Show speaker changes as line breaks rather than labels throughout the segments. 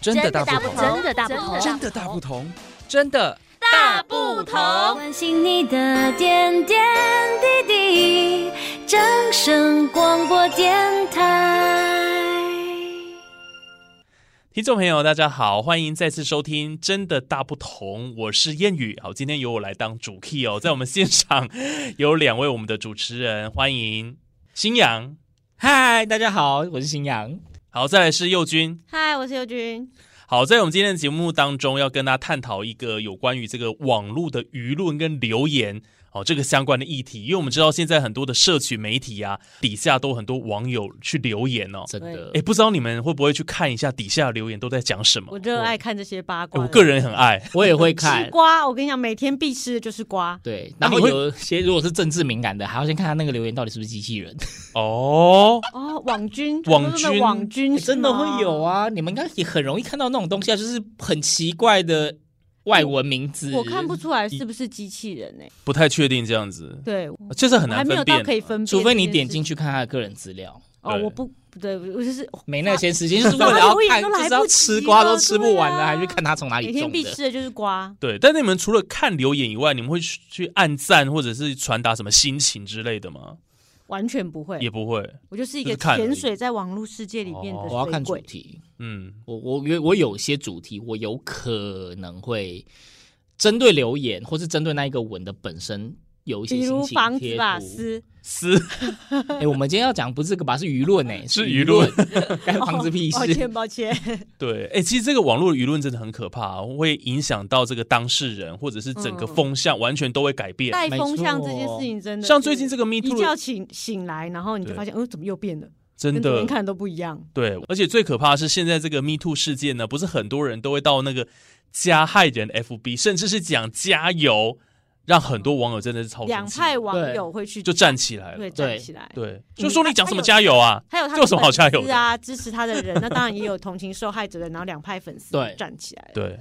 真的大不
不
同，
真的大不同，
真的大不同，真的
大不同。
关心你的点点滴滴，掌声广播电台。
听众朋友，大家好，欢迎再次收听《真的大不同》，我是谚语。好，今天由我来当主 key 哦，在我们现场 有两位我们的主持人，欢迎新阳，
嗨，大家好，我是新阳。
好，再来是佑君。
嗨，我是尤君。
好，在我们今天的节目当中，要跟大家探讨一个有关于这个网络的舆论跟留言哦这个相关的议题，因为我们知道现在很多的社群媒体啊，底下都有很多网友去留言哦。
真的
哎，，不知道你们会不会去看一下底下的留言都在讲什么？
我热爱看这些八
诶
卦。
我个人很爱。
哦我也会
吃
看。啊
瓜，我跟你讲，每天必吃的就是瓜。
对，
那
然
你
后
会
有些如果是政治敏感的，还要先看他那个留言到底是不是机器人，
哦，
哦，网军，
网
他们说
军
网军是
哎真的
吗
会有。啊！你们应该也很容易看到那种东西啊，就是很奇怪的外文名字，
我看不，出来是不是机器人呢？
不太确定这样子，
对，我
就是很难
还没有
分
到
辨。
可以分辨，
除非你点进。去看他的个人资料，
哦，
对
我不不对，我就是
没那些时间， 就是为了要看，就是要吃瓜都吃不完了，还去看他从哪
每
里
天
种
必
的。
吃的就是瓜。
对，但你们除了看留言以外，你们会去去按赞或者是传达什么心情之类的吗？
完全不会
也，不会。
我就是一
就
个
是看而已
潜水在网络世界里面的
哦
我要看
水
主
鬼。
题，
嗯，
我我有我有些主题，我有可能会针对留言，或是针对那一个文的本身有一些
比
心
如
情
房
贴
子吧，
图
撕
是
哎、我们今天要讲不是这个吧，是舆论哎，
是舆
舆
论，
干房子屁
哦抱
事。
歉抱 歉，
对，哎、其实这个网络舆论真的很可怕，会影响到这个当事人或者是整个
嗯
风向，完全都会改变。
带
没
风向这件
错
事情真的
像
是
最近这个 Me
一
Too，
觉醒醒来，然后你就
对
发现，嗯，怎么又变了？
真
跟昨
的
天看的都不一样。
对，而且最可怕的是现在这个 Me Too 事件呢，不是很多人都会到那个加害人 FB，甚至是讲加油，让很多网友真的是超生气
两派网
对
友会去
就站起来了
对。站
对
起来，
对，就说你讲什么加油啊？
还有哎嗯他
这有什么好加油
的
的
粉丝啊？支持他的人，那当然也有同情受害者的，然后两派粉丝
对
站起来。
对，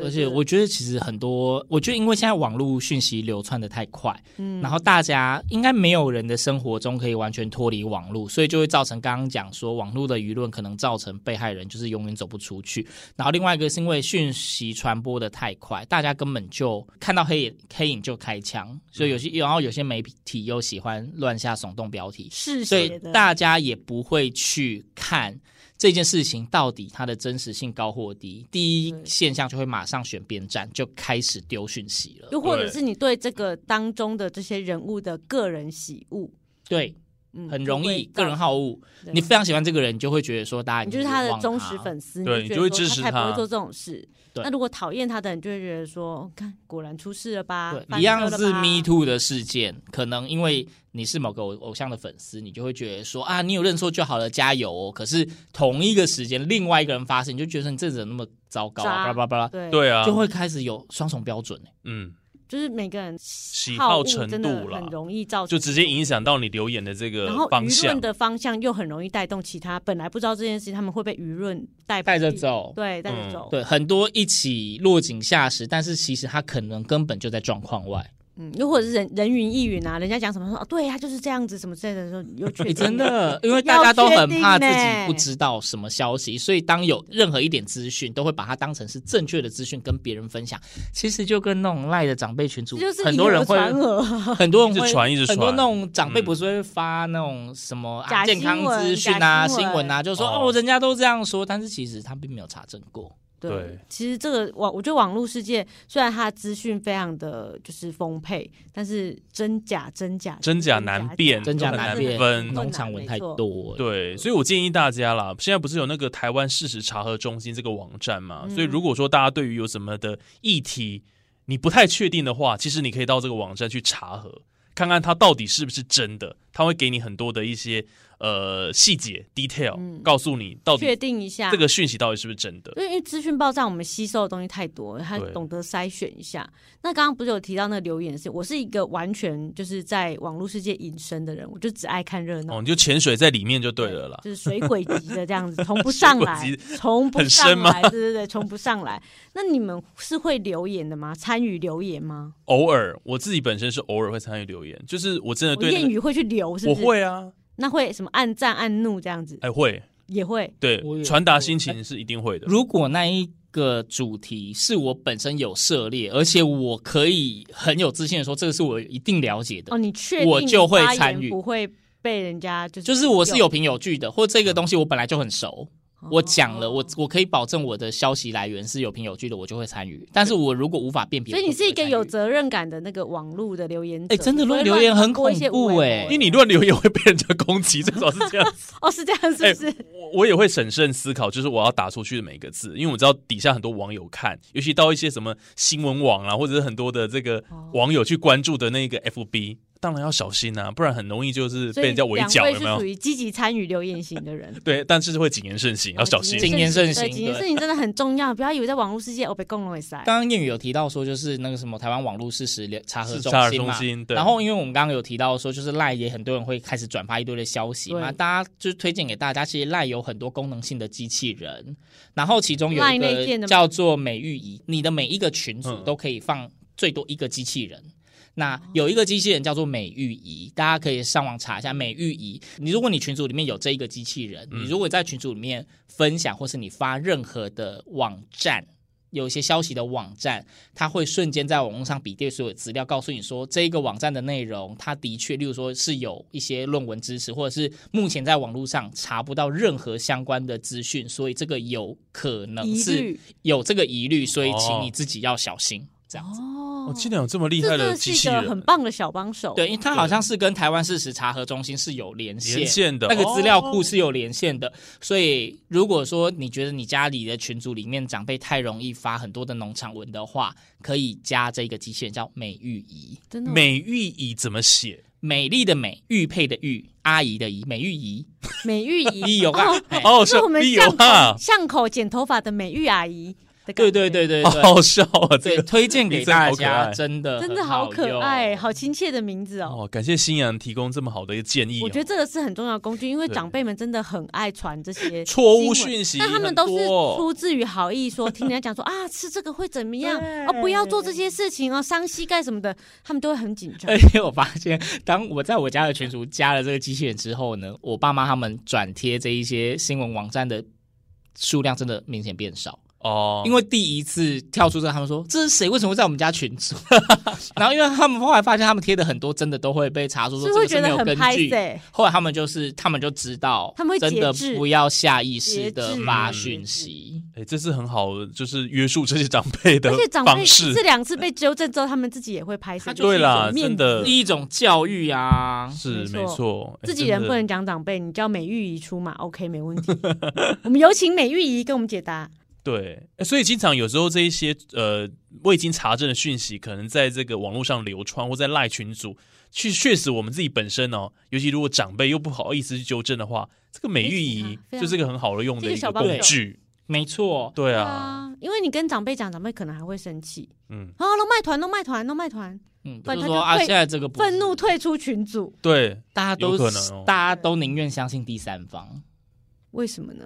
而且我觉得其实很多，我觉得因为现在网络讯息流窜的太快，
嗯
然后大家应该没有人的生活中可以完全脱离网络，所以就会造成刚刚讲说网络的舆论可能造成被害人就是永远走不出去。然后另外一个是因为讯息传播的太快，大家根本就看到黑影黑影就开枪，所以有些然后有些媒体又喜欢乱下耸动标题，
是
所以
写的，
大家也不会去看这件事情到底它的真实性高或低。第一现象就会马上选边站，就开始丢讯息了。
又或者
对
是你对这个当中的这些人物的个人喜恶，
对，
嗯，
很
就
容
会
易
造
个人好恶。
对
你非常喜欢这个人，你就会觉得说，大家
你就是他的忠实
丝。
粉丝，你
对你
觉
就会
得
支
说
持
他，才不
他
会做这种事。
对
那如果讨厌他的人，就会觉得说，看果然出事了吧，
对，
翻
一样
车了
是
吧
Me Too 的事件，可能因为你是某个偶偶像的粉丝，你就会觉得说啊，你有认错就好了，加油哦。可是同一个时间，另外一个人发生，你就觉得你这人那么糟糕啊，
渣
巴拉巴拉巴拉，
对，
对啊，
就会开始有双重标准欸
嗯，
就是每个人
喜
好
好
恶
程
真的
度啦
很，容易造成，
就直接。影响到你留言的这个
然后
方
舆
向
论。的方向又很容易带动其他本来不知道这件事，他们会被舆论带
带着，走。
对，带
嗯
着走，
对，很多一起落井下石，但是其实他可能根本就在状 况外。
嗯，又或者是人人云亦云啊，人家讲什么说啊，对他就是这样子，什么之类的，说有确
你
定
真 的，因为大家都很怕自
要确定
己
呢
不知道什么消息，所以当有任何一点资讯，都会把它当成是正确的资讯跟别人分享。其实就跟那种赖的长辈群组
这就是，
很多人会
以讹， 传讹，
很多人
一
会
直传一直
很多
传
那种长辈
嗯
不是会发那种什么、啊
假
健康
新闻
资讯啊、
假新
新
闻
闻啊，就说
哦
哦人家都这样说，但是其实他并没有查证过。
对
对，
其实这个网，我觉得网络世界虽然它的资讯非常的就是丰沛，但是真假真假
真假难辨
真假
嗯很
难
难
辨
分
农场文太。
真假
多了，
对，所以我建议大家啦，现在不是有那个台湾事实查核中心这个网站嘛？所
嗯
以如果说大家对于有什么的议题你不太确定的话，其实你可以到这个网站去查核，看看它到底是不是真的，它会给你很多的一些呃细节 detail，、告诉你到
没错嗯确
底
定啊一下
这个讯息到底是不是真的。
因为因为资讯爆炸，我们吸收的东西太多，还
对
懂得筛选一下。那刚刚不是有提到那个留言的事？我是一个完全就是在网络世界隐身的人，我就只爱看热闹。
哦，你就潜水在里面就对了啦。
就是水鬼级的这样子，从不上来
水，
从 不
很深
上
吗
来，对对对，从不上来。那你们是会留言的吗？参与留言吗？
偶尔我自己本身是偶尔会参与留言，就是我真的
我
呃对那
谚
个
语会去留，是
我
不是？
会啊，
那会什么按赞按怒这样子？
哎会，
也会
对
我，也
传达心情是一定会的。
如果那一个主题是我本身有涉猎，而且我可以很有自信的说，这个是我一定了解的，
哦，你确定
我就会
你发言
参与
不会被人家就是
就是我是有凭有据的，或这个东西我本来就很熟，我讲了，我
哦
我可以保证我的消息来源是有凭有据的，我就会参与。但是我如果无法辨别，
所以
我
你
就不
是
会
一个
参与
有责任感的那个网络的留言者。
哎真的
你不会
乱留言很
传播一些
恐怖
无谓
哎
因为你乱留言会被人家攻击，最少是这样子。
哦，是这样是
哎
不是？
我我也会审慎思考，就是我要打出去的每一个字，因为我知道底下很多网友看，尤其到一些什么新闻网啊，或者是很多的这个
哦
网友去关注的那个 FB，当然要小心啊，不然很容易就是
所
被
以
人家围
两
剿，
位
有
是
没有，
属？于积极参与留言型的人哦
对，但是会谨言慎行，要小心。
谨言慎行
对谨言
对
慎行真的很重要，不要以为在网络世界我哦被共了也塞。
刚刚谚语有提到说，就是那个什么台湾网络事实查核
是查核
心嘛。
中心对
然后，因为我们刚刚有提到说，就是赖也很多人会开始转发一堆的消息嘛，
对
大家就是推荐给大家。其实赖有很多功能性的机器人，然后其中有
LINE
一
内建的
个
吗
叫做美玉仪，你的每一个群组
嗯
都可以放最多一个机器人。
哦
那有一个机器人叫做美玉仪，大家可以上网查一下美玉仪。你如果你群组里面有这一个机器人，
嗯
你如果在群组里面分享或是你发任何的网站，有一些消息的网站，它会瞬间在网络上比对所有资料，告诉你说这个网站的内容，它的确，例如说是有一些论文支持，或者是目前在网络上查不到任何相关的资讯，所以这个有可能
疑
是
虑
有这个疑虑，所以请
哦
你自己要小心。这样子，
哦
我竟然有这么厉
这
害
真
的
的是
机
一
器
个很
人，
棒的小帮
哦
手。
对，因为它好像是跟台湾事实查核中心是有连线，
连线的哦
那个资料库是有连线的，所以如果说你觉得你家里的群组里面长辈太容易发很多的农场文的话，可以加这个机器人叫美玉仪，
真的哦
美玉仪怎么写？
美丽的美，玉佩的玉，阿姨的姨，美 玉仪，
美玉
仪
仪
有啊，哎
哦，
是
是
我们
有
巷
啊
口，巷口剪头发的美玉阿姨的感
对
觉。
对对对
好
对。
好笑啊！这
对，
个
推荐给大
名字好可
家，
爱
真的
真
真
的好可爱，好
好
亲切的名字哦。
哦，感谢新阳提供这么好的一个建议哦。
我觉得这个是很重要的工具，因为
对
长辈们真的很爱传这些
错误
新闻
讯息
但他们
很
都是
多
出自于好意说，听人家讲说 啊，吃这个会怎么样啊，不要做这些事情啊，伤膝盖什么的，他们都会很紧张
而。且我发现，当我在我家的群组加了这个机器人之后呢，我爸妈他们转贴这一些新闻网站的数量真的明显变少。
哦，
因为第一次跳出这个，他们说这是谁？为什么会在我们家 群组？然后因为他们后来发现，他们贴的很多真的都会被查出说
是
这
会
个是
觉
没
得
有
很
根
拍
据。
塞，
后来他们就是他们就知道，
他们会
真
节
的
制
不要下意识的
节制
发
嗯
讯息。
哎，这是很好，就是约束这些长辈的
而且长辈
方
一
式
次。两次被纠正之后，他们自己也会拍塞。
他就是
对啦，
面子
真的
第一种教育啊，
是
没
没
错
错，哎
自己人不。
真
能
的
讲长辈，你叫美玉姨出马，OK，没问题。我们有请美玉姨跟我们解答。
对，哎所以经常有时候这一些呃未经查证的讯息，可能在这个网络上流传或在赖群组，去确实我们自己本身哦，尤其如果长辈又不好意思去纠正的话，这个美玉
没
仪
错啊非常
就是个很好的用
这
的
个
一
小
个
帮
工
手
具。
没错。
对
对
啊，，
因为你跟长辈讲，长辈可能还会生气。
嗯，
啊，弄卖团，弄卖团，弄卖团，
嗯，
不然
就是
他
说
就
啊，
会
现在这个不
愤怒，退出群组，
对，
大家
有
都
可能哦
大家都宁愿相信第三方，
为什么呢？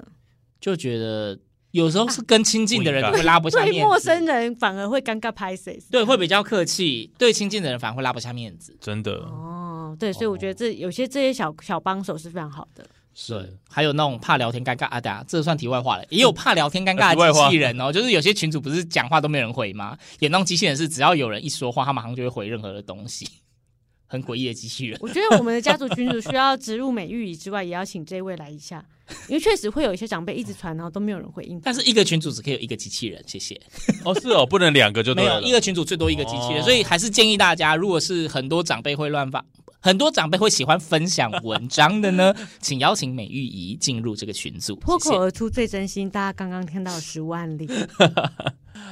就觉得有时候是跟亲近的
啊
人会拉不下面
对
子，
陌生人反而会尴尬拍谁？
对会比较客气，对亲近的人反而会拉不下面子。
真的
哦，对，所以我觉得这有些这些小小帮手是非常好 的。
对
是，嗯
还有那种怕聊天尴尬啊，对啊，这算题外话了。也有怕聊天尴尬
啊题外
的机
话
器人哦，就是有些群主不是讲话都没有人回吗？有那种机器人是只要有人一说话，他马上就会回任何的东西， 很诡异的机器人。
我觉得我们的家族群组需要植入美玉仪之外，也要请这位来一下，因为确实会有一些长辈一直传，然后都没有人回应。
但是一个群主只可以有一个机器人，谢谢。
哦是哦， 不能两个就
没
对
有
了，
一个群主最多一个机器人，
哦
所以还是建议大家，如果是很多长辈会乱发，很多长辈会喜欢分享文章 的呢，请邀请美玉仪进入这个群组。
脱
谢
口
谢
而出最真心，大家刚刚看到的十万例，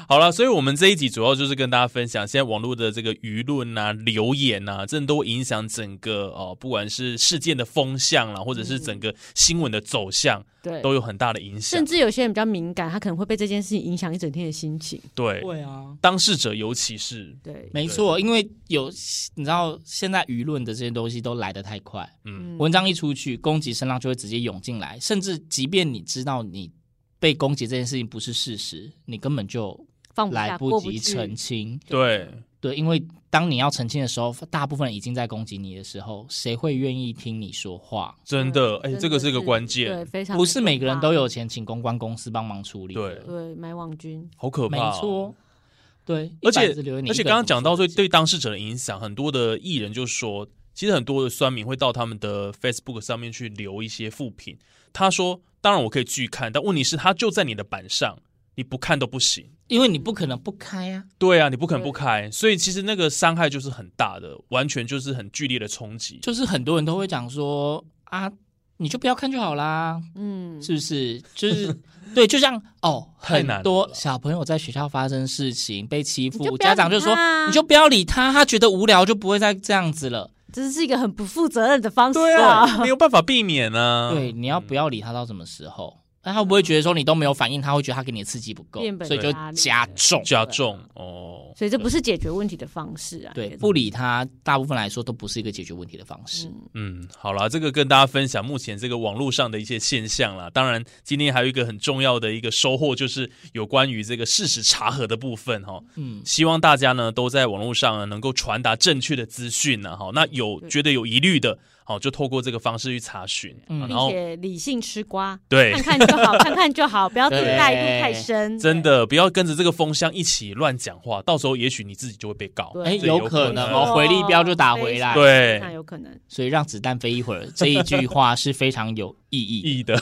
好了，所以我们这一集主要就是跟大家分享，现在网络的这个舆论啊、留言啊，真的都会影响整个哦、不管是事件的风向啦，或者是整个新闻的走向，
对，
都有很大的影响
甚。至有些人比较敏感，他可能会被这件事情影响一整天的心情。
对，
对啊。
当事者尤其是
对，
没错，因为有你知道，现在舆论的这些东西都来得太快，
嗯，
文章一出去，攻击声浪就会直接涌进来，甚至即便你知道你被攻击这件事情不是事实，你根本就
放不
来
下，
不
过
及
去
澄清。
对，
对，因为当你要澄清的时候，大部分人已经在攻击你的时候，谁会愿意听你说话？
真的，哎、
真
这个
的
是一个关键
对，，非常
不是每个人都
有
有钱请公关公司帮忙处理的。
对
对买网军，
好可
没
怕、哦
错，对，
而且
100字留言你
而且
一个
刚
人
刚讲
怎
到
么处
对
理
对当事者的影响，很多的艺人就说，其实很多的酸民会到他们的 Facebook 上面去留一些负评。他说，当然我可以拒看，但问题是，他就在你的板上，你不看都不行。
因为你不可能不开啊。
对啊，你不可能不开，所以其实那个伤害就是很大的，完全就是很剧烈的冲击。
就是很多人都会讲说啊，你就不要看就好啦，
嗯，
是不是？就是 对，就像哦，
太
很
难了
多小朋友在学校发生事情被欺
你就
负，
不要
家长就
理
说
他啊
你就不要理他，他觉得无聊就不会再这样子了。
这是一个很不负责任的方式
对 啊，没有办法避免啊。
对，你要不要理他到什么时候？那他会不会觉得说你都没有反应，他会觉得他给你的刺激不够
变，本
所以就
加厉
加重。
加重哦，
所以这不是解决问题的方式啊。觉
对，
得
不理他，大部分来说都不是一个解决问题的方式。
嗯，好啦，这个跟大家分享目前这个网络上的一些现象啦。当然，今天还有一个很重要的一个收获，就是有关于这个事实查核的部分哈、
嗯，
希望大家呢都在网络上呢能够传达正确的资讯呢。哈，那有觉得有疑虑的，好就透过这个方式去查询。
嗯
啊然
并
后
且理性吃瓜，
对
看看就 好，看看就好，不要自己
对
带入太深。
真的不要跟着这个风向一起乱讲话，到时候也许你自己就会被告。
对
哎，
这
有
有
可
可
能
能
哦，回力标就打回来。
非常
对
非常有可能。
所以让子弹飞一会儿，这一句话是非常有 意义。
意的。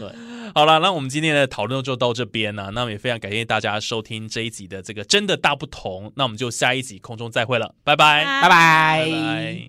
对，
好了，那我们今天的讨论就到这边了、那么也非常感谢大家收听这一集的这个真的大不同。那我们就下一集空中再会了，拜哎拜，
拜拜。
拜